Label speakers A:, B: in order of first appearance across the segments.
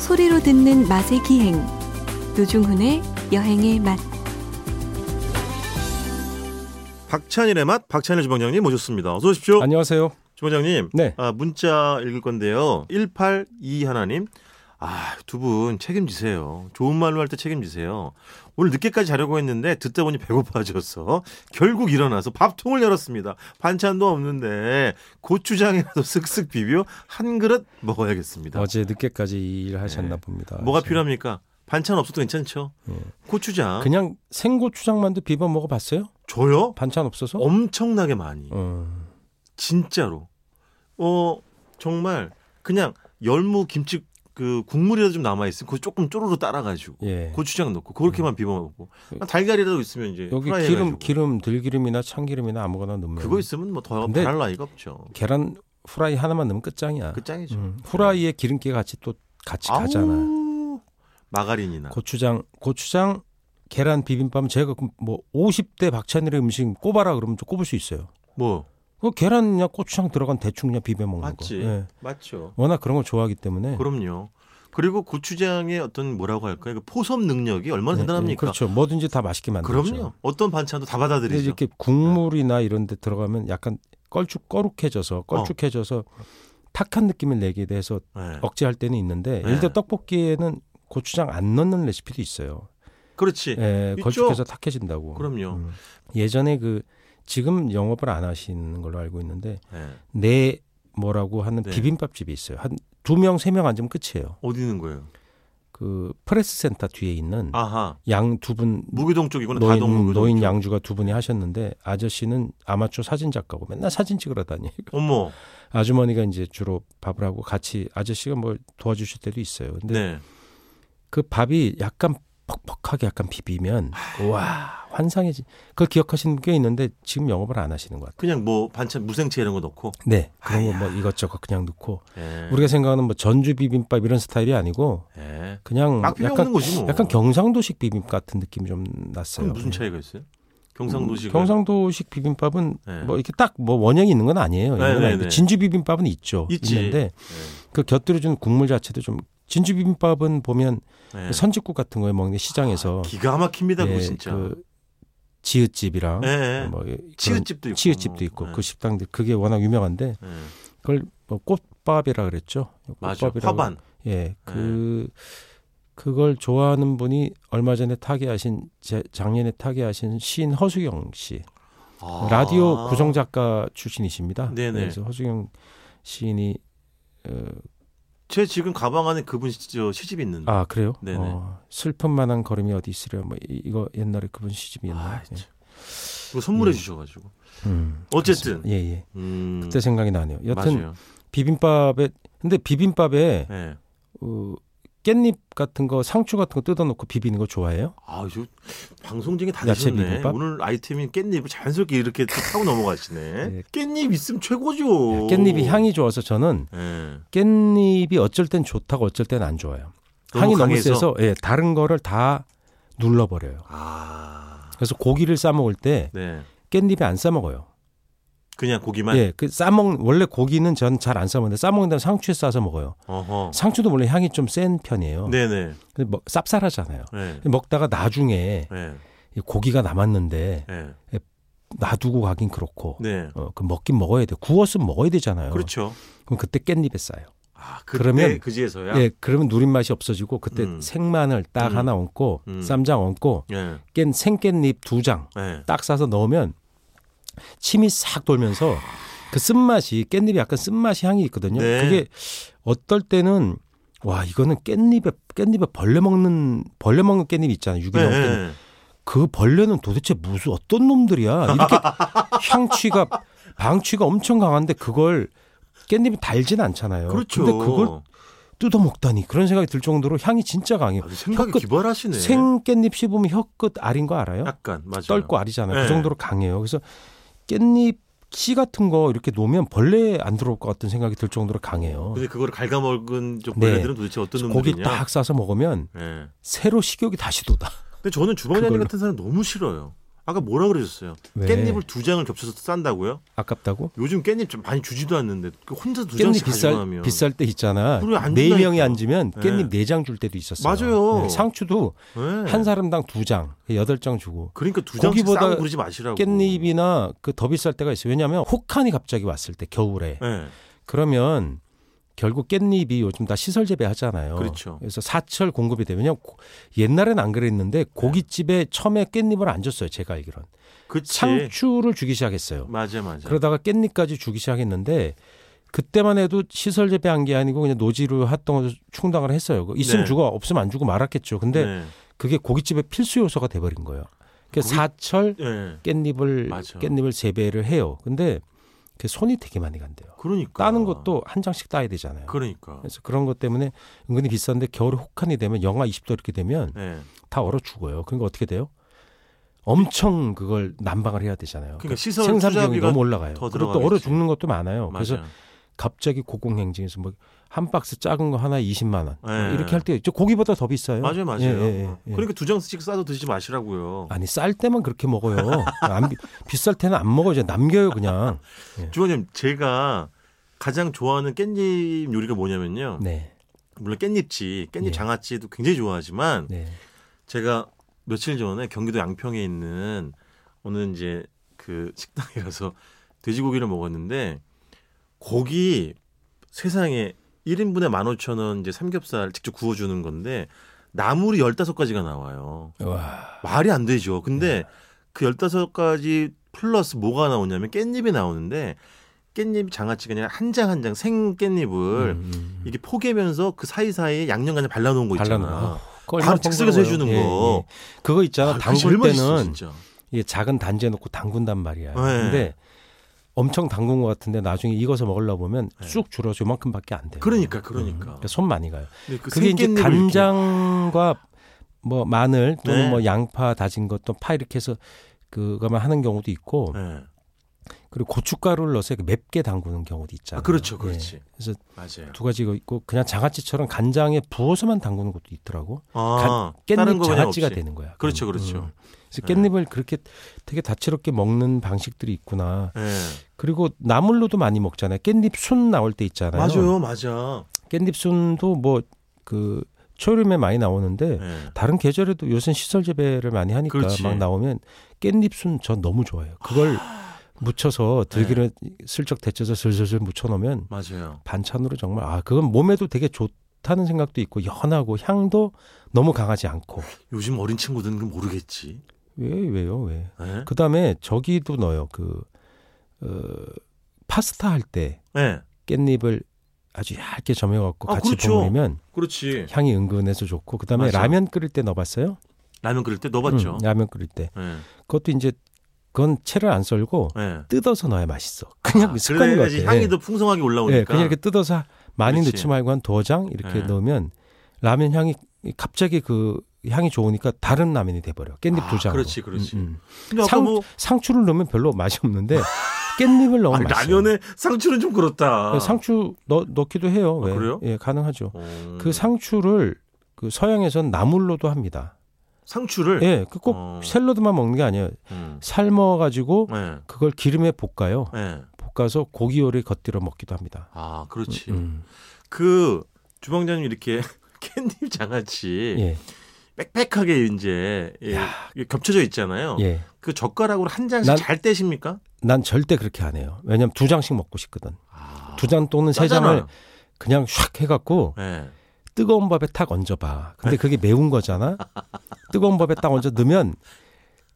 A: 소리로 듣는 맛의 기행 노중훈의 여행의 맛
B: 박찬일의 맛 박찬일 주방장님 모셨습니다. 어서 오십시오.
C: 안녕하세요.
B: 주방장님.
C: 네.
B: 아, 문자 읽을 건데요. 182 하나님. 아, 두 분 책임지세요. 좋은 말로 할 때 책임지세요. 오늘 늦게까지 자려고 했는데 듣다 보니 배고파져서 결국 일어나서 밥통을 열었습니다. 반찬도 없는데 고추장이라도 쓱쓱 비벼 한 그릇 먹어야겠습니다.
C: 어제 늦게까지 일하셨나 봅니다.
B: 네. 뭐가
C: 그래서
B: 필요합니까? 반찬 없어도 괜찮죠? 고추장.
C: 예. 그냥 생고추장만두 비벼 먹어봤어요?
B: 줘요?
C: 반찬 없어서?
B: 엄청나게 많이.
C: 음.
B: 진짜로. 어, 정말 그냥 열무 김치 그 국물이라도 좀 남아 있으면 그거 조금 쪼르르 따라 가지고
C: 예. 음.
B: 고추장 넣고 그렇게만 비벼 먹고 아, 달걀이라도 있으면 이제
C: 여기
B: 프라이 해가지고.
C: 기름 기름 들기름이나 참기름이나 아무거나 넣으면
B: 그거 있으면 뭐더
C: 근데-
B: 바랄 나이가 없죠.
C: 계란 후라이 하나만 넣으면 끝장이야.
B: 그 짱이죠.
C: 음. 후라이에 기름기가 같이 또 같이 가잖아.
B: 아우, 마가린이나
C: 고추장 고추장 계란 비빔밥은 제가 그뭐 50대 박찬일의 음식 꼽아라 그러면 좀 꼽을 수 있어요.
B: 뭐
C: 그 계란이나 고추장 들어간 대충 그냥 비벼 먹는
B: 맞지.
C: 거. 예.
B: 맞죠.
C: 워낙 그런 걸 좋아하기 때문에
B: 그럼요. 그리고 고추장의 어떤 뭐라고 할까요? 그 포섭 능력이 얼마나
C: 예, 예,
B: 대단합니까?
C: 그렇죠. 뭐든지 다 맛있게 만들죠.
B: 그럼요. 어떤 반찬도 다
C: 근데
B: 받아들이죠.
C: 이렇게 국물이나 이런 데 들어가면 약간 껄쭉
B: 어.
C: 꺼룩해져서 껄쭉해져서 탁한 느낌을 내게 돼서
B: 네.
C: 억제할 때는 있는데
B: 네.
C: 예를 들어 떡볶이에는 고추장 안 넣는 레시피도 있어요.
B: 그렇지.
C: 예,
B: 있죠.
C: 걸쭉해서 탁해진다고.
B: 그럼요.
C: 음. 예전에 그 지금 영업을 안 하시는 걸로 알고 있는데
B: 네.
C: 내 뭐라고 하는
B: 네.
C: 비빔밥집이 있어요. 한 두 명 세 명 앉으면 끝이에요.
B: 어디 있는 거예요?
C: 그 프레스 센터 뒤에 있는
B: 아하.
C: 양 두분
B: 무교동 쪽이구나.
C: 노인,
B: 다동 그렇죠. 무교동.
C: 노인
B: 쪽.
C: 양주가 두 분이 하셨는데 아저씨는 아마추어 사진 작가고 맨날 사진 찍으러 다니.
B: 어머.
C: 아주머니가 이제 주로 밥을 하고 같이 아저씨가 뭘 도와주실 때도 있어요. 근데
B: 네.
C: 그 밥이 약간 퍽퍽하게 약간 비비면 와 환상이지. 그걸 기억하시는 분 꽤 있는데 지금 영업을 안 하시는 것 같아요.
B: 그냥 뭐 반찬 무생채 이런 거 넣고.
C: 네, 그런 거 뭐 이것저것 그냥 넣고
B: 예.
C: 우리가 생각하는 뭐 전주 비빔밥 이런 스타일이 아니고
B: 예.
C: 그냥
B: 막 비벼 먹는
C: 약간
B: 거지 뭐.
C: 약간 경상도식 비빔밥 같은 느낌이 좀 났어요.
B: 그럼
C: 네.
B: 무슨 차이가 있어요? 경상도식.
C: 음, 경상도식 비빔밥은
B: 네.
C: 뭐 이렇게 딱 뭐 원형이 있는 건 아니에요.
B: 네,
C: 이건
B: 네,
C: 아닌데
B: 네.
C: 진주 비빔밥은 있죠.
B: 있지.
C: 있는데
B: 예.
C: 그 곁들여준 국물 자체도 좀 진주 비빔밥은 보면
B: 예. 예.
C: 선짓국 같은 거에 먹는 데 시장에서
B: 아, 기가 막힙니다.
C: 예,
B: 그거 진짜.
C: 그 지읒집이랑
B: 예, 예.
C: 뭐 예, 그런
B: 치읓집도 있고.
C: 치읒집도 있고
B: 예.
C: 그 식당들 그게 뭐 워낙 유명한데
B: 예.
C: 그걸 뭐 꽃밥이라 그랬죠.
B: 맞아.
C: 꽃밥이라고.
B: 화반. 네.
C: 예, 그 그걸 좋아하는 분이 얼마 전에 타계하신 제- 작년에 타계하신 시인 허수경 씨.
B: 아.
C: 뭐 라디오 구성 작가 출신이십니다.
B: 네네.
C: 그래서 허수경 시인이 어,
B: 제 지금 가방 안에 그분 시, 저 시집 있는데.
C: 아 그래요?
B: 네네.
C: 어, 슬픔만한 걸음이 어디 있으려 뭐 이, 이거 옛날에 그분 예. 시집이
B: 아,
C: 옛날.
B: 참. 그거 선물해
C: 음.
B: 주셔가지고.
C: 음,
B: 어쨌든.
C: 예예.
B: 음.
C: 그때 생각이 나네요. 여튼
B: 맞아요.
C: 비빔밥에 근데 비빔밥에
B: 예.
C: 어, 깻잎 같은 거 상추 같은 거 뜯어놓고 비비는 거 좋아해요?
B: 아, 저 방송쟁이 다
C: 야채
B: 되셨네.
C: 비빔밥?
B: 오늘 아이템인 깻잎을 자연스럽게 이렇게 또 타고 넘어가시네.
C: 네.
B: 깻잎 있으면 최고죠.
C: 깻잎이 향이 좋아서 저는
B: 예.
C: 깻잎이 어쩔 땐 좋다고 어쩔 땐 안 좋아요.
B: 너무
C: 향이 너무
B: 강해서?
C: 세서 예, 다른 거를 다 눌러버려요.
B: 아,
C: 그래서 고기를 싸 먹을 때
B: 네.
C: 깻잎에 안 싸 먹어요.
B: 그냥 고기만.
C: 예, 그싸 먹 원래 고기는 전 잘 안 싸 먹는데 싸 먹는 다음 상추에 싸서 먹어요.
B: 어허.
C: 상추도 원래 향이 좀 센 편이에요.
B: 네네.
C: 근데 뭐 쌉쌀하잖아요.
B: 네.
C: 먹다가 나중에
B: 네.
C: 이 고기가 남았는데
B: 네.
C: 놔두고 가긴 그렇고
B: 네.
C: 어, 그 먹긴 먹어야 돼. 구웠으면 먹어야 되잖아요.
B: 그렇죠.
C: 럼 그때 깻잎에 싸요.
B: 아, 그때
C: 그러면-
B: 그지에서야.
C: 예, 그러면 누린 맛이 없어지고 그때
B: 음.
C: 생마늘 딱
B: 음.
C: 하나 얹고
B: 음.
C: 쌈장 얹고
B: 예.
C: 깻 생깻잎 두 장 딱
B: 예.
C: 싸서 넣으면 침이 싹 돌면서 그 쓴맛이 깻잎이 약간 쓴맛이 향이 있거든요.
B: 네.
C: 그게 어떨 때는 와 이거는 깻잎에 깻잎에 벌레 먹는 벌레 먹는 깻잎 있잖아요.
B: 예.
C: 유기농 깻잎.
B: 예.
C: 그 벌레는 도대체 무슨 어떤 놈들이야 이렇게 향취가 방취가 엄청 강한데 그걸 깻잎이 달진 않잖아요.
B: 그렇죠.
C: 근데 그걸 뜯어 먹다니 그런 생각이 들 정도로 향이 진짜 강해요.
B: 아, 생각이
C: 혀끝-
B: 기발하시네.
C: 생 깻잎 씹으면 혀끝 알인 거 알아요?
B: 약간 맞아요.
C: 떫고 알이잖아요.
B: 네.
C: 그 정도로 강해요. 그래서 깻잎 씨 같은 거 이렇게 놓으면 벌레 안 들어올 것 같은 생각이 들 정도로 강해요.
B: 근데 그걸 갈가먹은 저
C: 네.
B: 벌레들은 도대체 어떤
C: 고기
B: 놈들이냐?
C: 딱 싸서 먹으면
B: 예.
C: 새로 식욕이 다시 돋아.
B: 근데 저는 주방장님
C: 그걸로. 네.
B: 같은 사람 너무 싫어요. 아까 뭐라 그러셨어요?
C: 왜?
B: 깻잎을 두 장을 겹쳐서 싼다고요?
C: 아깝다고?
B: 요즘 깻잎 좀 많이 주지도 않는데 그 혼자 두
C: 깻잎
B: 장씩
C: 비쌀
B: 가져가면
C: 비쌀 때 있잖아.
B: 그래, 안
C: 네
B: 준다니까.
C: 명이 앉으면
B: 네.
C: 깻잎 네 장 줄 때도 있었어요.
B: 맞아요.
C: 상추도
B: 네.
C: 한 사람당 두 장, 여덟 장 주고
B: 그러니까 두 장씩
C: 거기보다
B: 싸고 그러지 마시라고.
C: 깻잎이나 그 더 비쌀 때가 있어요. 왜냐하면 혹한이 갑자기 왔을 때 겨울에
B: 네.
C: 그러면 결국 깻잎이 요즘 다 시설 재배하잖아요.
B: 그렇죠.
C: 래서 사철 공급이 되면요. 고- 옛날엔 안
B: 네.
C: 그랬는데 고깃집에 처음에 깻잎을 안 줬어요. 제가 알기론
B: 그치.
C: 상추를 주기 시작했어요.
B: 맞아 맞아.
C: 그러다가 깻잎까지 주기 시작했는데 그때만 해도 시설 재배한 게 아니고 그냥 노지로 활동을 충당을 했어요. 그거 있으면
B: 네.
C: 주고 없으면 안 주고 말았겠죠. 근데
B: 네.
C: 그게 고깃집의 필수 요소가 돼버린 거예요.
B: 고깃-
C: 그러니까 사철
B: 네.
C: 깻잎을
B: 맞아.
C: 깻잎을 재배를 해요. 근데 그 손이 되게 많이 간대요.
B: 그러니까.
C: 따는 것도 한 장씩 따야 되잖아요.
B: 그러니까.
C: 그래서 그런 것 때문에 은근히 비싼데 겨울 혹한이 되면 영하 20도 이렇게 되면
B: 네.
C: 다 얼어 죽어요. 그러니까 어떻게 돼요? 엄청 그걸 난방을 해야 되잖아요.
B: 그러니까 시설
C: 생산 비용이
B: 투자비가
C: 너무 올라가요.
B: 더
C: 그리고 또
B: 들어가겠지.
C: 얼어 죽는 것도 많아요. 그래서
B: 맞아.
C: 갑자기 고공행진에서 뭐 한 박스 작은 거 하나 20만 원
B: 예.
C: 이렇게 할 때 저 고기보다 더 비싸요.
B: 맞아요 맞아요.
C: 예, 예, 예, 예.
B: 그러니까 두 장씩 싸도 드시지 마시라고요.
C: 아니 쌀 때만 그렇게 먹어요. 안 비, 비쌀 때는 안 먹어요. 그냥 남겨요 그냥. 예.
B: 주원님 제가 가장 좋아하는 깻잎 요리가 뭐냐면요.
C: 네,
B: 물론 깻잎치, 깻잎
C: 예.
B: 장아찌도 굉장히 좋아하지만
C: 네,
B: 제가 며칠 전에 경기도 양평에 있는 어느 이제 그 식당에 가서 돼지고기를 먹었는데 고기 세상에 1인분에 15,000원 이제 삼겹살 직접 구워 주는 건데 나물이 15가지가 나와요.
C: 와,
B: 말이 안 되죠.
C: 네.
B: 근데 그 15가지 플러스 뭐가 나오냐면 깻잎이 나오는데 깻잎 장아찌가 아니라 한 장 한 장 생 깻잎을
C: 음, 음.
B: 이게 포개면서 그 사이사이에 양념 간장 발라놓은 거 있잖아.
C: 발라놓은 거. 그거
B: 바로
C: 얼마나
B: 즉석에서
C: 번거로워요.
B: 해주는
C: 예,
B: 거.
C: 예. 그거 있잖아.
B: 아, 그게 제일
C: 담글
B: 맛있어,
C: 때는
B: 진짜.
C: 이 작은 단지에 넣고 담근단 말이야.
B: 네.
C: 근데 엄청 담근 것 같은데 나중에 익어서 먹으려 보면 쑥 줄어서 요만큼밖에 안 돼요.
B: 네. 그러니까 그러니까.
C: 그러니까 손 많이 가요.
B: 근데 그
C: 그게 이제
B: 생깻잎을
C: 간장과 뭐 마늘 또는
B: 네.
C: 뭐 양파 다진 것도 파 이렇게 해서 그거만 하는 경우도 있고
B: 이렇게. 네.
C: 그리고 고춧가루를 넣어서 이렇게 맵게 담그는 경우도 있잖아요.
B: 아, 그렇죠,
C: 예.
B: 그렇지.
C: 그래서
B: 맞아요.
C: 두 가지가 있고 그냥 장아찌처럼 간장에 부어서만 담그는 것도 있더라고.
B: 아, 다른
C: 깻잎
B: 거 그냥
C: 장아찌가
B: 없이.
C: 되는 거야.
B: 그렇죠,
C: 그럼.
B: 그렇죠.
C: 음. 그래서 깻잎을 그렇게 되게 다채롭게 먹는 방식들이 있구나.
B: 예.
C: 그리고 나물로도 많이 먹잖아요. 깻잎 순 나올 때 있잖아요.
B: 맞아요, 맞아.
C: 깻잎 순도 뭐 그 초여름에 많이 나오는데
B: 예.
C: 다른 계절에도 요새 시설 재배를 많이 하니까
B: 그렇지.
C: 막 나오면 깻잎 순전 너무 좋아요. 그걸 무쳐서 들기름
B: 네.
C: 슬쩍 데쳐서 슬슬슬 무쳐 놓으면
B: 맞아요.
C: 반찬으로 정말 아 그건 몸에도 되게 좋다는 생각도 있고 연하고 향도 너무 강하지 않고
B: 요즘 어린 친구들은 그 모르겠지.
C: 왜 왜요 왜?
B: 예.
C: 그 다음에 저기도 넣어요 그 어, 파스타 할 때
B: 예.
C: 깻잎을 아주 얇게 점여갖고
B: 아,
C: 같이
B: 그렇죠.
C: 버무리면
B: 그렇지.
C: 향이 은근해서 좋고 그다음에
B: 맞아요.
C: 라면 끓일 때 넣어봤어요?
B: 라면 끓일 때 넣어봤죠.
C: 음, 라면 끓일 때
B: 예.
C: 그것도 이제 그건 채를 안 썰고
B: 예.
C: 뜯어서 넣어야 맛있어. 그냥
B: 아,
C: 습관인 것
B: 그래야지
C: 같아요.
B: 향이 더 풍성하게 올라오니까.
C: 예, 그냥 이렇게 뜯어서 많이
B: 그렇지.
C: 넣지 말고 한 두 장 이렇게
B: 예.
C: 넣으면 라면 향이 갑자기 그 향이 좋으니까 다른 라면이 돼버려. 깻잎
B: 아,
C: 두 음, 장.
B: 그렇지, 그렇지. 근데 아까
C: 상,
B: 뭐
C: 상추를 넣으면 별로 맛이 없는데 깻잎을 넣으면
B: 아니,
C: 맛있어요.
B: 라면에 상추는 좀 그렇다.
C: 상추 넣, 넣기도 해요.
B: 아,
C: 왜?
B: 그래요?
C: 예, 가능하죠.
B: 어.
C: 그 상추를 그 서양에선 나물로도 합니다.
B: 상추를
C: 예, 그꼭
B: 어.
C: 샐러드만 먹는 게 아니에요.
B: 음.
C: 삶아 가지고
B: 예.
C: 그걸 기름에 볶아요.
B: 예.
C: 볶아서 고기 요리 곁들여 먹기도 합니다.
B: 아, 그렇지.
C: 음.
B: 그 주방장님 이렇게 캔디 장아찌
C: 예.
B: 빽빽하게 이제 예, 이게 겹쳐져 있잖아요.
C: 예.
B: 그 젓가락으로 한 장씩
C: 난-
B: 잘 떼십니까?
C: 난 절대 그렇게 안 해요. 왜냐면 두 장씩 먹고 싶거든.
B: 아,
C: 두 장 또는 세 장을
B: 짜잖아요.
C: 그냥 샥 해갖고
B: 예.
C: 뜨거운 밥에 탁 얹어봐. 근데 그게 매운 거잖아. 뜨거운 밥에 딱 얹어 넣으면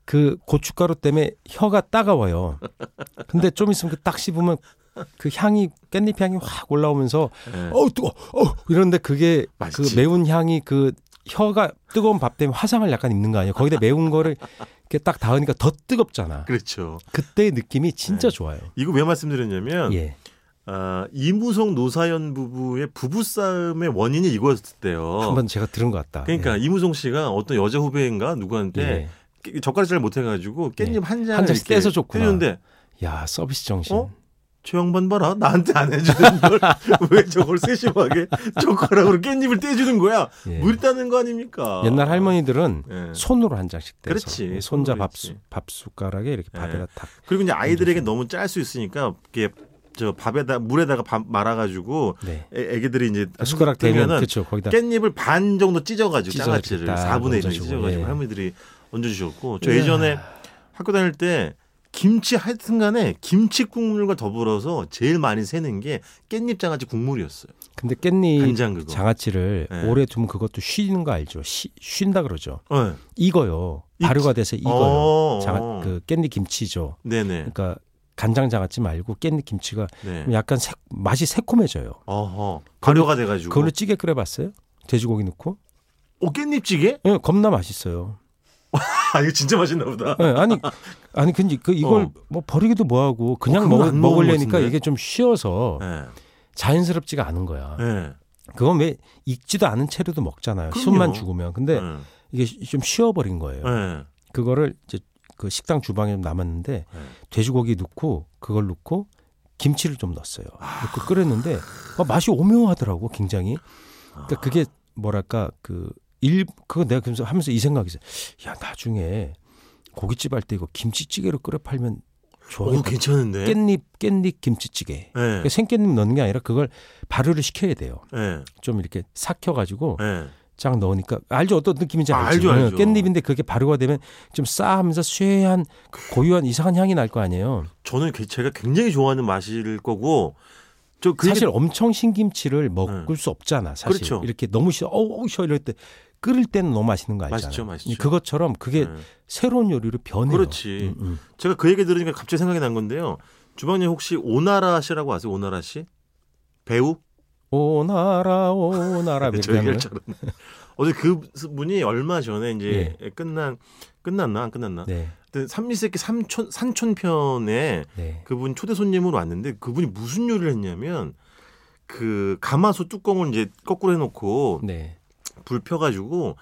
C: 그 고춧가루 때문에 혀가 따가워요. 근데 좀 있으면 그 딱 씹으면 그 향이 깻잎 향이 확 올라오면서
B: 예.
C: 어우 뜨거, 어 이런데 그게
B: 맛있지.
C: 그 매운 향이 그 혀가 뜨거운 밥 때문에 화상을 약간 입는 거 아니에요? 거기다 매운 거를 이렇게 딱 닿으니까 더 뜨겁잖아.
B: 그렇죠.
C: 그때의 느낌이 진짜
B: 네.
C: 좋아요.
B: 이거 왜 말씀드렸냐면
C: 예,
B: 아, 이무송 노사연 부부의 부부싸움의 원인이 이거였대요.
C: 한번 제가 들은 것 같다.
B: 어. 그러니까
C: 예.
B: 이무송 씨가 어떤 여자 후배인가 누구한테 젓가락 잘 못해가지고 깻잎 한 장을
C: 예. 한 장씩
B: 이렇게
C: 떼서 줬구나.
B: 떼줬는데
C: 예. 야 서비스 정신.
B: 어? 최영반 봐라 나한테 안 해주는 걸 왜 저걸 세심하게 젓가락으로 깻잎을 떼주는 거야
C: 예.
B: 물 따는 거 아닙니까
C: 옛날 할머니들은
B: 예.
C: 손으로 한 장씩 떼서 뭐
B: 그렇지,
C: 손자
B: 손으로
C: 밥수
B: 했지. 네.
C: 밥숟가락에 이렇게 밥에다 탁
B: 그리고 이제 아이들에게
C: 음.
B: 너무 짤 수 있으니까 이게 저 밥에다 물에다가 밥 말아가지고
C: 네.
B: 애, 애기들이 이제
C: 숟가락 대면
B: 뜨면은
C: 그렇죠 거기다
B: 깻잎을 반 정도 찢어가지고
C: 찢어가지고
B: 장아찌를
C: 딱
B: 4분의 1
C: 얹어주고,
B: 찢어가지고
C: 예.
B: 할머니들이 얹어주셨고 저
C: 이야.
B: 예전에 학교 다닐 때 김치 하여튼간에 김치 국물과 더불어서 제일 많이 새는 게 깻잎 장아찌 국물이었어요.
C: 근데 깻잎
B: 간장 그거.
C: 장아찌를
B: 예.
C: 오래 두면 그것도 쉬는 거 알죠 쉬, 쉰다 그러죠
B: 네.
C: 익어요
B: 익-
C: 발효가 돼서 익어요
B: 어,
C: 장아, 그 깻잎 김치죠
B: 네네.
C: 그러니까 간장 장아찌 말고 깻잎 김치가
B: 네.
C: 약간 새- 맛이 새콤해져요
B: 어허. 발효가 돼가지고.
C: 그걸로 찌개 끓여봤어요 돼지고기 넣고
B: 어, 깻잎찌개?
C: 예, 겁나 맛있어요
B: 아 이거 진짜 맛있나 보다.
C: 예, 아니 아니 근데 그 이걸
B: 어.
C: 뭐 버리기도 뭐하고 그냥
B: 그건
C: 먹,
B: 안 먹은 것
C: 먹으려니까
B: 같은데?
C: 이게 좀 쉬어서
B: 네.
C: 자연스럽지가 않은 거야.
B: 네.
C: 그건 왜 익지도 않은 채로도 먹잖아요.
B: 그럼요.
C: 숨만 죽으면. 근데
B: 네.
C: 이게 좀 쉬어버린 거예요.
B: 네.
C: 그거를 이제 그 식당 주방에 좀 남았는데
B: 네.
C: 돼지고기 넣고 그걸 넣고 김치를 좀 넣었어요.
B: 아.
C: 넣고 끓였는데 어, 맛이 오묘하더라고 굉장히.
B: 아.
C: 그러니까 그게 뭐랄까 그 일 그거 내가 그래서 하면서 이 생각이 있어요. 야 나중에 고깃집 할 때 이거 김치찌개로 끓여 팔면 좋아.
B: 오 괜찮은데.
C: 깻잎 깻잎 김치찌개.
B: 네.
C: 그러니까 생깻잎 넣는 게 아니라 그걸 발효를 시켜야 돼요.
B: 네.
C: 좀 이렇게 삭혀가지고
B: 네.
C: 쫙 넣으니까 알죠 어떤 느낌인지
B: 아,
C: 알죠.
B: 알죠, 알죠.
C: 깻잎인데 그게 발효가 되면 좀 싸하면서 쇠한 고유한 이상한 향이 날 거 아니에요.
B: 저는 게- 제가 굉장히 좋아하는 맛일 거고 저 그,
C: 사실 엄청 신김치를 먹을 수 없잖아. 사실
B: 네. 그렇죠.
C: 이렇게 너무 쉬어 어우 쉬어 이럴 때 끓일 때는 너무 맛있는 거 알잖아.
B: 맛있죠, 맛있죠.
C: 그것처럼 그게
B: 네.
C: 새로운 요리로 변해요.
B: 그렇지.
C: 음, 음.
B: 제가 그 얘기 들으니까 갑자기 생각이 난 건데요. 주방님 혹시 오나라 씨라고 아세요? 오나라 씨? 배우?
C: 오나라 오나라
B: 네,
C: 이렇게
B: 저 얘기할
C: 하는
B: 줄 알았네. 어제 그 분이 얼마 전에 이제
C: 예.
B: 끝난 끝났나 안 끝났나?
C: 거예요. 네,
B: 그때 삼미새끼 삼촌 산촌편에
C: 네.
B: 그분 초대 손님으로 왔는데 그분이 무슨 요리를 했냐면 그 가마솥 뚜껑을 이제 거꾸로 해놓고
C: 네.
B: 불 펴가지고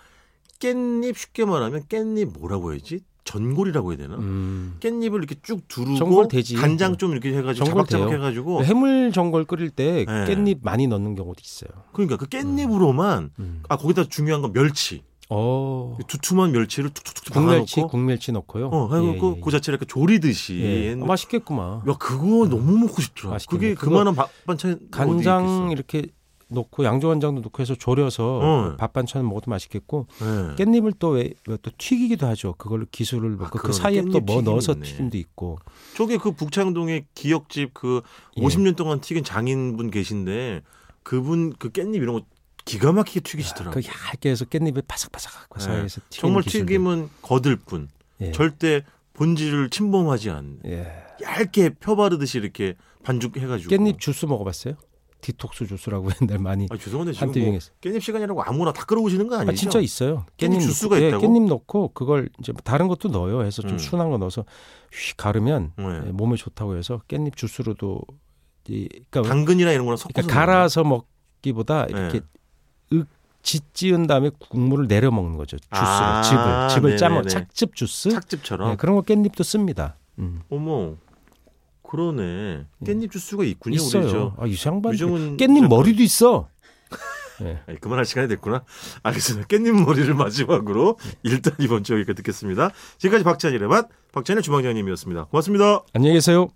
B: 깻잎 쉽게 말하면 깻잎 뭐라고 해야지 전골이라고 해야 되나?
C: 음.
B: 깻잎을 이렇게 쭉 두르고
C: 전골 되지.
B: 간장 좀 이렇게 해가지고
C: 전골
B: 자박자박
C: 돼요. 네.
B: 해가지고
C: 해물 전골 끓일 때
B: 네.
C: 깻잎 많이 넣는 경우도 있어요.
B: 그러니까 그 깻잎으로만
C: 음.
B: 아 거기다 중요한 건 멸치
C: 어.
B: 두툼한 멸치를 툭툭툭
C: 국멸치
B: 박아놓고
C: 국멸치 넣고요.
B: 그 어 해갖고
C: 예, 예,
B: 그 자체를 이렇게 조리듯이
C: 예. 아,
B: 했는데
C: 맛있겠구만.
B: 야 그거 너무 먹고 싶더라
C: 네. 맛있겠네.
B: 그게
C: 그거
B: 그만한 밥 반찬
C: 간장 이렇게 넣고 양조 간장도 넣고 해서 졸여서
B: 어. 음.
C: 밥 반찬 먹어도 맛있겠고
B: 깻잎
C: 깻잎을 또 왜 또 튀기기도 하죠. 그걸로 기술을
B: 아,
C: 먹고 그
B: 그러네.
C: 사이에 또
B: 깻잎
C: 뭐 넣어서
B: 튀김이 있네.
C: 튀김도 있고.
B: 저게 그 북창동의 기역집 그
C: 예.
B: 50년 동안 튀긴 장인분 계신데 그분 그 깻잎 이런 거 기가 막히게 튀기시더라고요.
C: 그 얇게 해서 깻잎에 바삭바삭 그
B: 예.
C: 사이에서 튀기는
B: 정말
C: 기술도
B: 튀김은 거들 뿐
C: 예.
B: 절대 본질을 침범하지 않는
C: 예.
B: 얇게 펴바르듯이 이렇게 반죽해가지고
C: 깻잎 주스 먹어봤어요? 디톡스 주스라고 옛날 많이.
B: 아 죄송한데
C: 한때
B: 지금 뭐
C: 유행했어요.
B: 깻잎 시간이라고 아무나 다 끌어오시는 거 아니죠?
C: 아, 진짜 있어요.
B: 깻잎 주스가
C: 넣고, 예,
B: 있다고?
C: 깻잎 넣고 그걸 이제 뭐 다른 것도 넣어요. 해서 좀
B: 음.
C: 순한 거 넣어서 휙 가르면
B: 네.
C: 예, 몸에 좋다고 해서 깻잎 주스로도 이, 그러니까,
B: 당근이나 이런 거랑 섞어서
C: 그러니까 갈아서 먹기보다 이렇게
B: 네.
C: 짓지은 다음에 국물을 내려 먹는 거죠. 주스로
B: 아,
C: 즙을 즙을 짜먹
B: 네네네.
C: 착즙 주스
B: 착집처럼
C: 예, 그런 거 깻잎도 씁니다. 음.
B: 어머 그러네 깻잎 주스가 음. 있군요 우리
C: 있어요.
B: 저
C: 아, 이 양반
B: 유정은
C: 깻잎 머리도 있어. 예.
B: 아니, 그만할 시간이 됐구나. 알겠습니다. 깻잎 머리를 마지막으로 일단 이번 주 여기까지 듣겠습니다. 지금까지 박찬일의 맛 박찬일 주방장님이었습니다. 고맙습니다.
C: 안녕히 계세요.